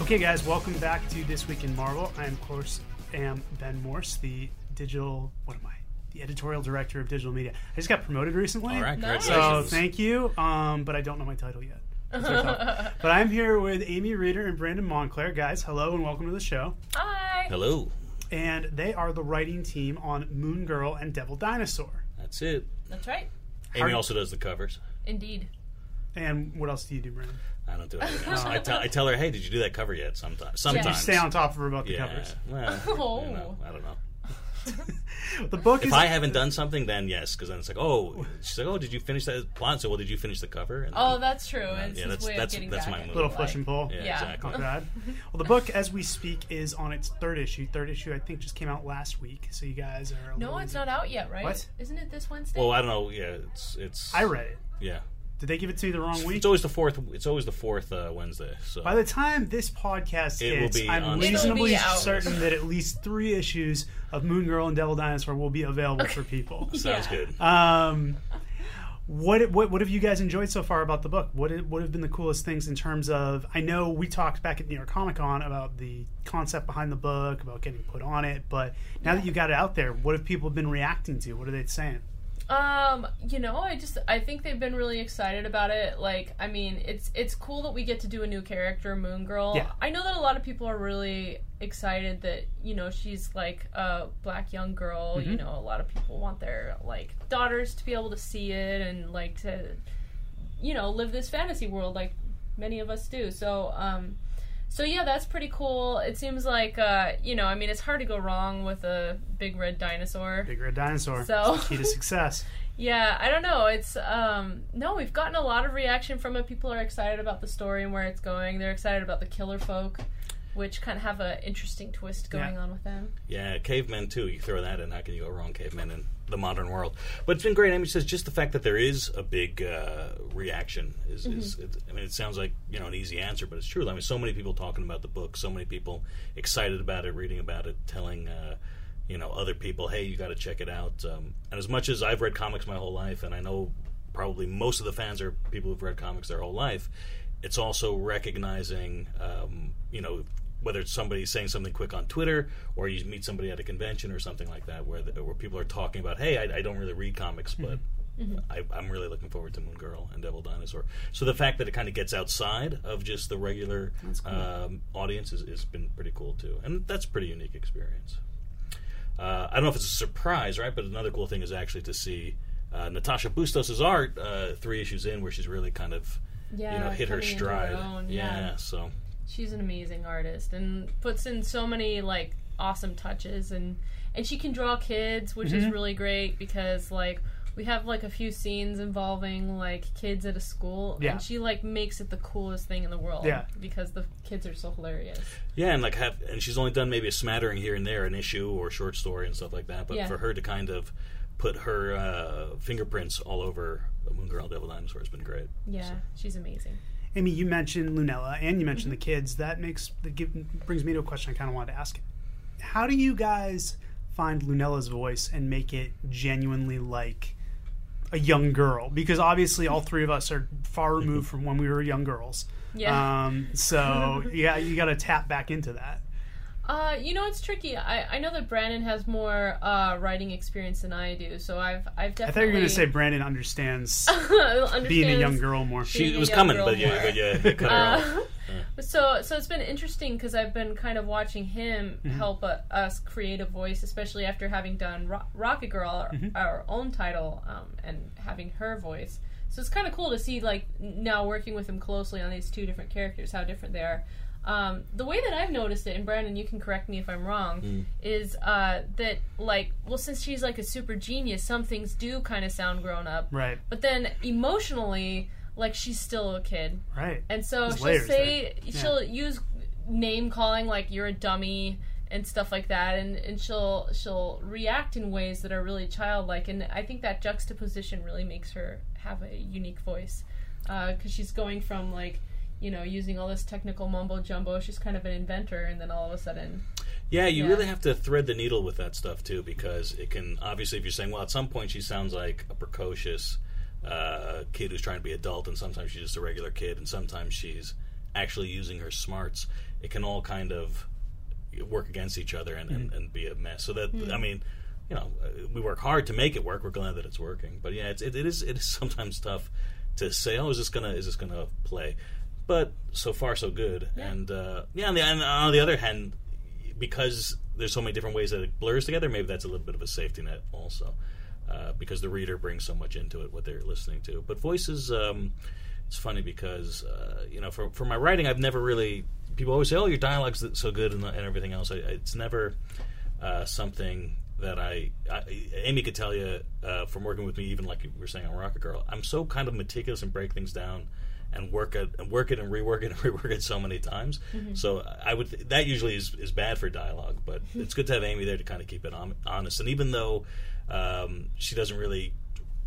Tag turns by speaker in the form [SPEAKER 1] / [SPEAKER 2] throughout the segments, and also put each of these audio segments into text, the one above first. [SPEAKER 1] Okay, guys, welcome back to This Week in Marvel. I, of course, am Ben Morse, the digital, what am I? The editorial director of digital media. I just got promoted recently.
[SPEAKER 2] All right,
[SPEAKER 3] Nice.
[SPEAKER 1] So
[SPEAKER 2] congratulations.
[SPEAKER 1] thank you, um, but I don't know my title yet. That's what I thought. but I'm here with Amy Reeder and Brandon Montclair. Guys, hello and welcome to the show.
[SPEAKER 3] Hi.
[SPEAKER 2] Hello.
[SPEAKER 1] And they are the writing team on Moon Girl and Devil Dinosaur.
[SPEAKER 2] That's it.
[SPEAKER 3] That's right.
[SPEAKER 2] Amy also does the covers.
[SPEAKER 3] Indeed.
[SPEAKER 1] And what else do you do, Brandon?
[SPEAKER 2] I don't do anything else. I, tell, I tell her, hey, did you do that cover yet? Sometimes. Sometimes.
[SPEAKER 1] You stay on top of her about the
[SPEAKER 2] yeah.
[SPEAKER 1] covers.
[SPEAKER 2] Well,
[SPEAKER 3] Oh.
[SPEAKER 2] you know, I don't know.
[SPEAKER 1] The book
[SPEAKER 2] If
[SPEAKER 1] is
[SPEAKER 2] I haven't done something, then yes, because then it's like, oh, she's like, oh, did you finish that plot? So, well, did you finish the cover? And
[SPEAKER 3] Oh,
[SPEAKER 2] then-
[SPEAKER 3] that's true. It's
[SPEAKER 2] yeah,
[SPEAKER 3] his
[SPEAKER 2] that's-
[SPEAKER 3] way
[SPEAKER 2] that's-
[SPEAKER 3] of getting
[SPEAKER 2] that's
[SPEAKER 3] back
[SPEAKER 2] my
[SPEAKER 3] at
[SPEAKER 2] move.
[SPEAKER 3] you,
[SPEAKER 1] little
[SPEAKER 3] like-
[SPEAKER 1] flush and pull.
[SPEAKER 2] yeah,
[SPEAKER 3] yeah.
[SPEAKER 2] exactly.
[SPEAKER 1] Not bad. Well, the book, as we speak, is on its third issue. Third issue, I think, just came out last week. So you guys are. a
[SPEAKER 3] No,
[SPEAKER 1] little-
[SPEAKER 3] it's not out yet, right?
[SPEAKER 1] What?
[SPEAKER 3] Isn't it this Wednesday?
[SPEAKER 2] Well, I don't know. Yeah, it's it's.
[SPEAKER 1] I read it.
[SPEAKER 2] Yeah,
[SPEAKER 1] Did they give it to you the wrong week?
[SPEAKER 2] it's always the fourth. It's always the fourth uh, Wednesday. So
[SPEAKER 1] By the time this podcast
[SPEAKER 2] It will
[SPEAKER 1] hits,
[SPEAKER 2] be
[SPEAKER 1] I'm
[SPEAKER 2] on- It'll
[SPEAKER 1] reasonably
[SPEAKER 3] be out.
[SPEAKER 1] certain that at least three issues of Moon Girl and Devil Dinosaur will be available for people.
[SPEAKER 2] sounds
[SPEAKER 3] Yeah.
[SPEAKER 2] good.
[SPEAKER 1] Um, what, what what have you guys enjoyed so far about the book? What have- what have been the coolest things in terms of? I know we talked back at New York Comic Con about the concept behind the book, about getting put on it, but now that you got it out there, what have people been reacting to? What are they saying?
[SPEAKER 3] Um, you know, I just I think they've been really excited about it. Like, I mean, it's it's cool that we get to do a new character, Moon Girl.
[SPEAKER 1] Yeah.
[SPEAKER 3] I know that a lot of people are really excited that, you know, she's like a black young girl, you know, a lot of people want their like daughters to be able to see it and like to you know, live this fantasy world like many of us do. So, um so yeah, that's pretty cool. It seems like uh, you know, I mean, it's hard to go wrong with a big red dinosaur.
[SPEAKER 1] Big Red Dinosaur,
[SPEAKER 3] So-
[SPEAKER 1] It's the key to success.
[SPEAKER 3] Yeah, I don't know. It's um no, we've gotten a lot of reaction from it. People are excited about the story and where it's going. They're excited about the killer folk, which kind of have an interesting twist going
[SPEAKER 1] Yeah.
[SPEAKER 3] on with them.
[SPEAKER 2] Yeah, cavemen too. You throw that in, how can you go wrong? Cavemen in the modern world, but it's been great. I mean, says just the fact that there is a big uh, reaction is. is it, I mean, it sounds like you know an easy answer, but it's true. I mean, so many people talking about the book, so many people excited about it, reading about it, telling. Uh, you know, other people, hey, you got to check it out. Um, and as much as I've read comics my whole life, and I know probably most of the fans are people who've read comics their whole life. It's also recognizing, um, you know, whether it's somebody saying something quick on Twitter or you meet somebody at a convention or something like that, where the, where people are talking about, hey, I, I don't really read comics, but I, I'm really looking forward to Moon Girl and Devil Dinosaur. So the fact that it kind of gets outside of just the regular um, audience has is, been pretty cool too, and that's a pretty unique experience. Uh, I don't know if it's a surprise, right? But another cool thing is actually to see uh, Natasha Bustos' art uh, three issues in, where she's really kind of
[SPEAKER 3] Yeah,
[SPEAKER 2] you know hit her
[SPEAKER 3] coming into her
[SPEAKER 2] stride.
[SPEAKER 3] own,
[SPEAKER 2] yeah.
[SPEAKER 3] yeah.
[SPEAKER 2] so
[SPEAKER 3] She's an amazing artist and puts in so many like awesome touches and and she can draw kids, which is really great because like we have like a few scenes involving like kids at a school
[SPEAKER 1] Yeah.
[SPEAKER 3] and she like makes it the coolest thing in the world
[SPEAKER 1] Yeah.
[SPEAKER 3] because the kids are so hilarious.
[SPEAKER 2] yeah, and like have and she's only done maybe a smattering here and there, an issue or a short story and stuff like that. But
[SPEAKER 3] Yeah.
[SPEAKER 2] for her to kind of put her uh, fingerprints all over Moon Girl, Devil Dinosaur has been great.
[SPEAKER 3] Yeah, she's amazing.
[SPEAKER 1] Amy, you mentioned Lunella and you mentioned
[SPEAKER 3] Mm-hmm.
[SPEAKER 1] the kids. That makes that give, brings me to a question I kind of wanted to ask. How do you guys find Lunella's voice and make it genuinely like a young girl? Because obviously, all three of us are far removed from when we were young girls.
[SPEAKER 3] Yeah.
[SPEAKER 1] Um, so yeah, you got to tap back into that.
[SPEAKER 3] Uh, you know, it's tricky. I, I know that Brandon has more uh, writing experience than I do, so I've I've
[SPEAKER 1] I
[SPEAKER 3] definitely.
[SPEAKER 1] thought you were going to say Brandon understands
[SPEAKER 3] understands.
[SPEAKER 1] being a young girl more.
[SPEAKER 2] She
[SPEAKER 3] Being
[SPEAKER 2] it
[SPEAKER 3] a
[SPEAKER 2] was
[SPEAKER 3] young
[SPEAKER 2] coming,
[SPEAKER 3] girl
[SPEAKER 2] but you,
[SPEAKER 3] more.
[SPEAKER 2] but you cut her off.
[SPEAKER 3] Uh, so so it's been interesting because I've been kind of watching him help uh, us create a voice, especially after having done Ro- Rocket Girl, our, our own title, um, and having her voice. So it's kind of cool to see like n- now working with him closely on these two different characters, how different they are. Um, the way that I've noticed it, and Brandon, you can correct me if I'm wrong, is uh, that like well, since she's like a super genius, some things do kind of sound grown up,
[SPEAKER 1] Right.
[SPEAKER 3] but then emotionally, like she's still a kid.
[SPEAKER 1] Right.
[SPEAKER 3] And so
[SPEAKER 1] There's
[SPEAKER 3] she'll
[SPEAKER 1] layers
[SPEAKER 3] say she'll use name calling like you're a dummy and stuff like that and, and she'll she'll react in ways that are really childlike and I think that juxtaposition really makes her have a unique voice because she's going from like you know using all this technical mumbo jumbo she's kind of an inventor and then all of a sudden
[SPEAKER 2] Yeah, you
[SPEAKER 3] Yeah.
[SPEAKER 2] really have to thread the needle with that stuff too, because it can obviously, if you're saying, well, at some point she sounds like a precocious uh, kid who's trying to be adult, and sometimes she's just a regular kid, and sometimes she's actually using her smarts, it can all kind of work against each other and, and, and be a mess. So that
[SPEAKER 3] Hmm.
[SPEAKER 2] I mean, you know, uh, we work hard to make it work. We're glad that it's working, but yeah, it's, it, it is it is sometimes tough to say, oh, is this gonna is this gonna play? But so far so good,
[SPEAKER 3] Yeah.
[SPEAKER 2] and uh, yeah. And, the, and on the other hand, because there's so many different ways that it blurs together, maybe that's a little bit of a safety net also, uh, because the reader brings so much into it what they're listening to. But voices, um, it's funny because uh, you know, for for my writing, I've never really people always say, "Oh, your dialogue's so good" and, and everything else. I, it's never uh, something that I, I Amy could tell you uh, from working with me, even like you were saying on Rocket Girl. I'm so kind of meticulous and break things down and work it and work it and rework it and rework it so many times. So I would that usually is, is bad for dialogue, but it's good to have Amy there to kind of keep it on, honest. And even though um, she doesn't really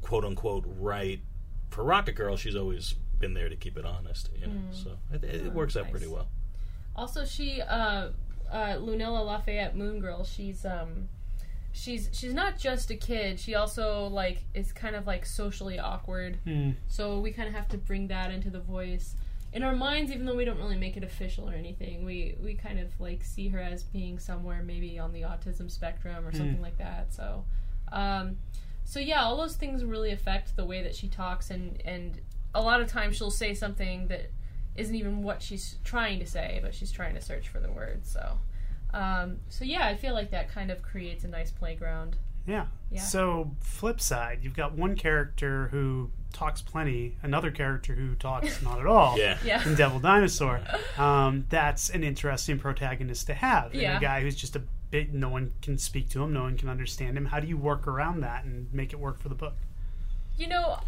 [SPEAKER 2] quote unquote write for Rocket Girl, she's always been there to keep it honest. You know, so it, it works out
[SPEAKER 3] nice.
[SPEAKER 2] pretty well.
[SPEAKER 3] Also, she uh, uh, Lunella Lafayette Moon Girl. She's um, she's she's not just a kid. She also like is kind of like socially awkward.
[SPEAKER 1] Hmm.
[SPEAKER 3] So we kind of have to bring that into the voice in our minds, even though we don't really make it official or anything. We we kind of like see her as being somewhere maybe on the autism spectrum or something like that. So. Um, so yeah, all those things really affect the way that she talks, and and a lot of times she'll say something that isn't even what she's trying to say, but she's trying to search for the word. So, um, so yeah, I feel like that kind of creates a nice playground.
[SPEAKER 1] Yeah.
[SPEAKER 3] Yeah.
[SPEAKER 1] So flip side, you've got one character who talks plenty, another character who talks not at all.
[SPEAKER 2] Yeah.
[SPEAKER 3] Yeah,
[SPEAKER 1] In Devil Dinosaur, um, that's an interesting protagonist to have. And
[SPEAKER 3] Yeah.
[SPEAKER 1] A guy who's just a bit. No one can speak to him. No one can understand him. How do you work around that and make it work for the book?
[SPEAKER 3] you know,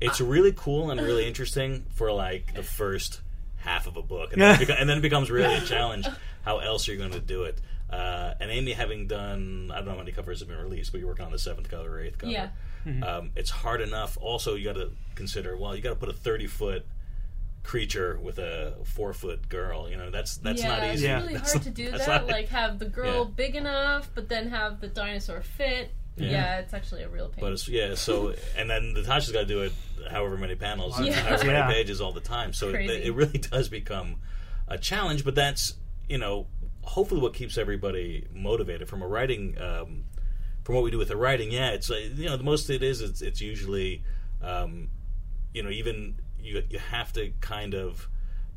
[SPEAKER 2] it's really cool and really interesting for like the first half of a book, and then, it, beco- and then it becomes really a challenge. How else are you going to do it? Uh, and Amy, having done, I don't know how many covers have been released, but you're working on the seventh cover or eighth cover.
[SPEAKER 3] Yeah.
[SPEAKER 2] Um, it's hard enough. Also, you got to consider well, you got to put a thirty foot creature with a four foot girl. You know, that's that's
[SPEAKER 3] yeah,
[SPEAKER 2] not easy.
[SPEAKER 1] Yeah.
[SPEAKER 3] It's really
[SPEAKER 2] That's
[SPEAKER 3] hard
[SPEAKER 2] not-
[SPEAKER 3] to do
[SPEAKER 2] that's
[SPEAKER 3] that.
[SPEAKER 2] not-
[SPEAKER 3] like have the girl
[SPEAKER 2] Yeah.
[SPEAKER 3] big enough, but then have the dinosaur fit.
[SPEAKER 2] Yeah.
[SPEAKER 3] Yeah, it's actually a real pain.
[SPEAKER 2] But it's, yeah, so and then Natasha's got to do it however many panels,
[SPEAKER 3] Yeah.
[SPEAKER 2] however many
[SPEAKER 1] Yeah.
[SPEAKER 2] pages all the time. So it,
[SPEAKER 3] Crazy.
[SPEAKER 2] it really does become a challenge. But that's you know hopefully what keeps everybody motivated from a writing um, from what we do with the writing. Yeah, it's uh, you know the most it is it's, it's usually um, you know even you you have to kind of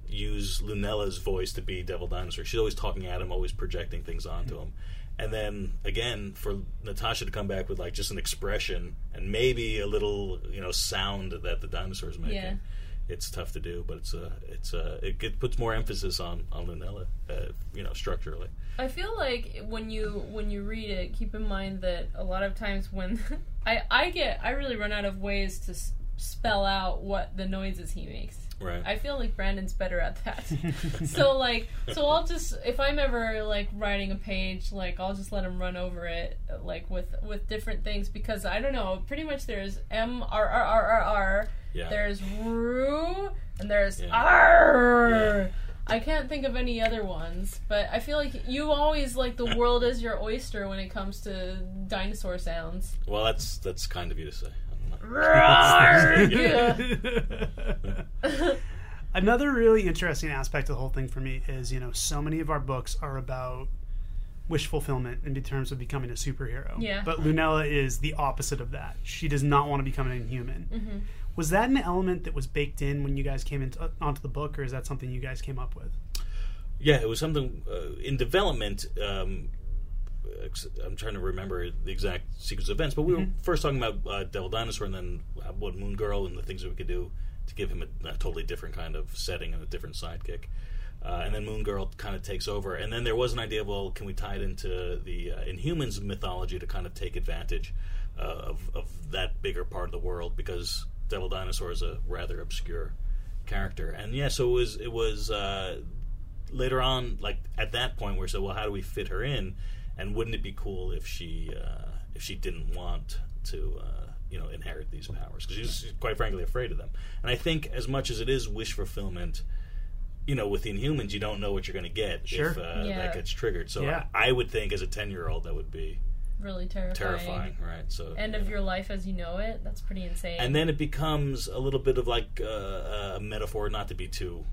[SPEAKER 2] use Lunella's voice to be Devil Dinosaur. She's always talking at him, always projecting things onto him. And then again, for Natasha to come back with like just an expression and maybe a little you know sound that the dinosaur's making.
[SPEAKER 3] Yeah.
[SPEAKER 2] It's tough to do, but it's uh, it's uh, it get, puts more emphasis on on Lunella, uh, you know, structurally.
[SPEAKER 3] I feel like when you when you read it, keep in mind that a lot of times when I I get I really run out of ways to s- spell out what the noises he makes.
[SPEAKER 2] Right.
[SPEAKER 3] I feel like Brandon's better at that. so like so I'll just if I'm ever like writing a page, like I'll just let him run over it like with with different things because I don't know, pretty much there's M R R R R R,
[SPEAKER 2] yeah.
[SPEAKER 3] there's roo and there's
[SPEAKER 2] Yeah.
[SPEAKER 3] R. I can't think of any other ones, but I feel like you always like the world is your oyster when it comes to dinosaur sounds.
[SPEAKER 2] well, that's that's kind of you to say. I don't know.
[SPEAKER 1] Another really interesting aspect of the whole thing for me is, you know, so many of our books are about wish fulfillment in terms of becoming a superhero.
[SPEAKER 3] Yeah.
[SPEAKER 1] But Lunella is the opposite of that. She does not want to become an inhuman. Was that an element that was baked in when you guys came into onto the book, or is that something you guys came up with?
[SPEAKER 2] Yeah, it was something uh, in development. Um, ex- I'm trying to remember the exact sequence of events, but we were first talking about uh, Devil Dinosaur and then uh, what Moon Girl and the things that we could do to give him a, a totally different kind of setting and a different sidekick. Uh, and then Moon Girl kind of takes over. And then there was an idea well, can we tie it into the uh, Inhumans mythology to kind of take advantage uh, of, of that bigger part of the world? Because Devil Dinosaur is a rather obscure character. And yeah, so it was, it was uh, later on, like at that point, we said, well, how do we fit her in? And wouldn't it be cool if she uh, if she didn't want to uh, you know inherit these powers because she's she's quite frankly afraid of them. And I think as much as it is wish fulfillment, you know, with the Inhumans, you don't know what you're going to get
[SPEAKER 1] Sure.
[SPEAKER 2] if uh,
[SPEAKER 3] Yeah.
[SPEAKER 2] that gets triggered. So
[SPEAKER 1] Yeah.
[SPEAKER 2] I, I would think as a ten year old that would be
[SPEAKER 3] Really terrifying.
[SPEAKER 2] terrifying, right? So
[SPEAKER 3] End of your life as you know it. That's pretty insane.
[SPEAKER 2] uh, and then it becomes a little bit of like uh, a metaphor, not to be too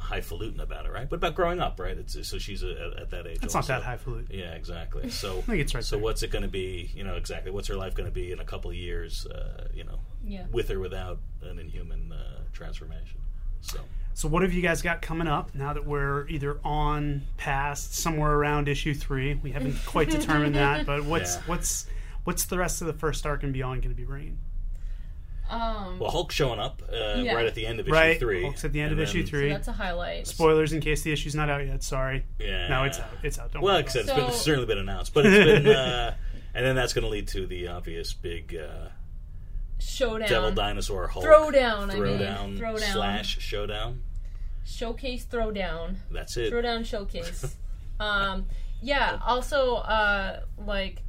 [SPEAKER 2] highfalutin about it, right? But about growing up, right? It's, so she's a, at that age.
[SPEAKER 1] It's
[SPEAKER 2] also.
[SPEAKER 1] not that highfalutin.
[SPEAKER 2] Yeah, exactly. So
[SPEAKER 1] think it's right
[SPEAKER 2] So
[SPEAKER 1] there.
[SPEAKER 2] what's it going to be? You know exactly. What's her life going to be in a couple of years? Uh, you know,
[SPEAKER 3] Yeah.
[SPEAKER 2] with or without an inhuman uh, transformation. So
[SPEAKER 1] So, what have you guys got coming up now that we're either on, past, somewhere around issue three? We haven't quite determined that, but what's
[SPEAKER 2] Yeah.
[SPEAKER 1] what's what's the rest of the first arc and beyond going to be bringing?
[SPEAKER 3] Um,
[SPEAKER 2] well, Hulk showing up uh,
[SPEAKER 3] Yeah.
[SPEAKER 2] right at the end of issue
[SPEAKER 1] right,
[SPEAKER 2] three.
[SPEAKER 1] Hulk's at the end
[SPEAKER 2] and
[SPEAKER 1] of issue
[SPEAKER 2] then-
[SPEAKER 1] three.
[SPEAKER 3] that's a highlight.
[SPEAKER 1] Spoilers in case the issue's not out yet. Sorry.
[SPEAKER 2] Yeah.
[SPEAKER 1] No, it's out. It's out. Don't
[SPEAKER 2] Well,
[SPEAKER 1] worry
[SPEAKER 2] except
[SPEAKER 1] about
[SPEAKER 2] it's, been,
[SPEAKER 3] So-
[SPEAKER 2] it's certainly been announced, but it's been, uh, and then that's going to lead to the obvious big uh,
[SPEAKER 3] Showdown.
[SPEAKER 2] Devil Dinosaur Hulk
[SPEAKER 3] Throwdown, I mean.
[SPEAKER 2] throwdown,
[SPEAKER 3] Throwdown.
[SPEAKER 2] slash showdown.
[SPEAKER 3] Showcase Throwdown.
[SPEAKER 2] That's it.
[SPEAKER 3] Throwdown Showcase. um, yeah. Also, uh, like,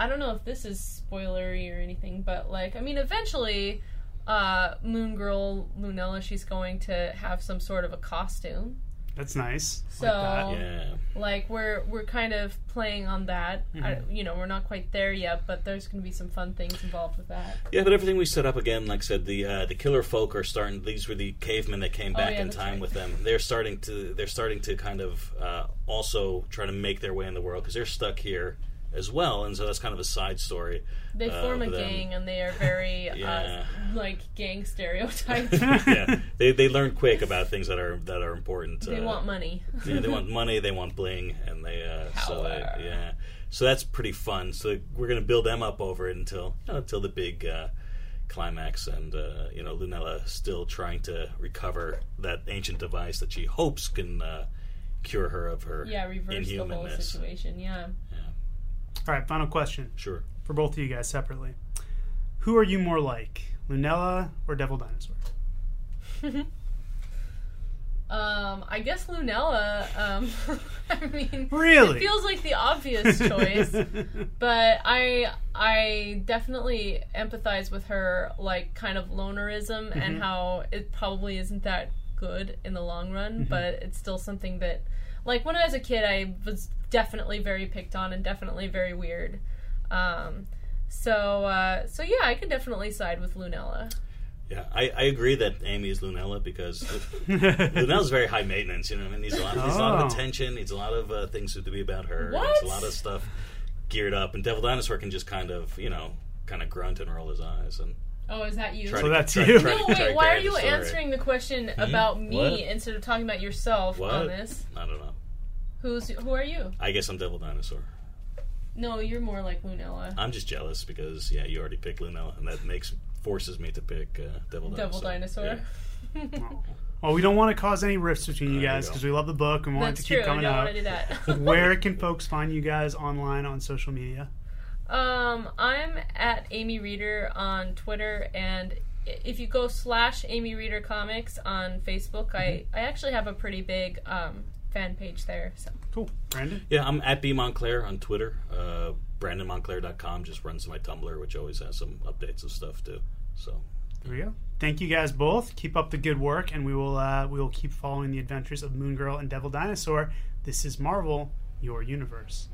[SPEAKER 3] I don't know if this is spoilery or anything, but like, I mean, eventually, uh, Moon Girl Lunella, she's going to have some sort of a costume.
[SPEAKER 1] it. That's nice.
[SPEAKER 3] So
[SPEAKER 1] like that.
[SPEAKER 2] Yeah,
[SPEAKER 3] like we're we're kind of playing on that. I,
[SPEAKER 2] Mm-hmm.
[SPEAKER 3] you know, we're not quite there yet, but there's going to be some fun things involved with that.
[SPEAKER 2] yeah, but everything we set up again, like I said, the uh, the killer folk are starting. These were the cavemen that came back
[SPEAKER 3] Oh, yeah,
[SPEAKER 2] in
[SPEAKER 3] that's
[SPEAKER 2] time
[SPEAKER 3] right.
[SPEAKER 2] with them. They're starting to they're starting to kind of uh, also try to make their way in the world because they're stuck here as well, and so that's kind of a side story.
[SPEAKER 3] They
[SPEAKER 2] uh,
[SPEAKER 3] form a
[SPEAKER 2] of them.
[SPEAKER 3] gang and they are very
[SPEAKER 2] Yeah.
[SPEAKER 3] uh, like gang stereotypes.
[SPEAKER 2] yeah, they they learn quick about things that are that are important.
[SPEAKER 3] they
[SPEAKER 2] uh,
[SPEAKER 3] want money.
[SPEAKER 2] yeah, they want money, they want bling, and they uh, so
[SPEAKER 3] Power.
[SPEAKER 2] they, yeah. So that's pretty fun. So we're gonna build them up over it until you know, until the big uh, climax, and uh, you know Lunella still trying to recover that ancient device that she hopes can uh, cure her of her
[SPEAKER 3] Yeah, reverse the whole
[SPEAKER 2] inhumanness.
[SPEAKER 3] situation. Yeah.
[SPEAKER 1] All right. Final question
[SPEAKER 2] Sure.
[SPEAKER 1] for both of you guys separately. Who are you more like, Lunella or Devil Dinosaur?
[SPEAKER 3] Um, I guess Lunella. Um, I mean,
[SPEAKER 1] Really?
[SPEAKER 3] it feels like the obvious choice. but I I definitely empathize with her like kind of lonerism and how it probably isn't that good in the long run, but it's still something that like when I was a kid I was definitely very picked on and definitely very weird. Um so uh so yeah, I could definitely side with Lunella.
[SPEAKER 2] Yeah, I, I agree that Amy is Lunella because Lunella's very high maintenance. You know, what I mean, needs a lot, needs a lot of
[SPEAKER 1] Oh.
[SPEAKER 2] attention, needs a lot of uh, things to be about her.
[SPEAKER 3] What?
[SPEAKER 2] Needs a lot of stuff geared up, and Devil Dinosaur can just kind of, you know, kind of grunt and roll his eyes and
[SPEAKER 3] Oh, is that you?
[SPEAKER 2] try
[SPEAKER 1] So
[SPEAKER 2] to
[SPEAKER 1] that's
[SPEAKER 2] try,
[SPEAKER 1] you.
[SPEAKER 2] Try,
[SPEAKER 3] no,
[SPEAKER 2] to- try to
[SPEAKER 3] wait, why are
[SPEAKER 2] carry the
[SPEAKER 3] you
[SPEAKER 2] story. Hmm?
[SPEAKER 3] answering the question about me
[SPEAKER 2] What?
[SPEAKER 3] instead of talking about yourself
[SPEAKER 2] What?
[SPEAKER 3] on this?
[SPEAKER 2] I don't know.
[SPEAKER 3] Who's who are you?
[SPEAKER 2] I guess I'm Devil Dinosaur.
[SPEAKER 3] No, you're more like Lunella.
[SPEAKER 2] I'm just jealous because yeah, you already picked Lunella, and that makes forces me to pick uh, Devil Dinosaur.
[SPEAKER 3] Devil dinosaur.
[SPEAKER 2] Yeah.
[SPEAKER 1] well, we don't want to cause any rifts between you
[SPEAKER 2] There you
[SPEAKER 1] guys
[SPEAKER 2] go.
[SPEAKER 1] because we love the book and we want it
[SPEAKER 3] That's
[SPEAKER 1] to
[SPEAKER 3] true.
[SPEAKER 1] keep
[SPEAKER 3] I
[SPEAKER 1] coming
[SPEAKER 3] don't want
[SPEAKER 1] out.
[SPEAKER 3] to do that.
[SPEAKER 1] Where can folks find you guys online on social media?
[SPEAKER 3] um, I'm at Amy Reader on Twitter, and i- if you go slash Amy Reader Comics on Facebook, I
[SPEAKER 1] Mm-hmm.
[SPEAKER 3] I actually have a pretty big um fan page there. So
[SPEAKER 1] Cool, Brandon.
[SPEAKER 2] Yeah, I'm at B Montclair on Twitter. Uh, BrandonMontclair.com just runs my Tumblr, which always has some updates of stuff too. So
[SPEAKER 1] There we go. Thank you guys both. Keep up the good work, and we will uh, we will keep following the adventures of Moon Girl and Devil Dinosaur. This is Marvel, your universe.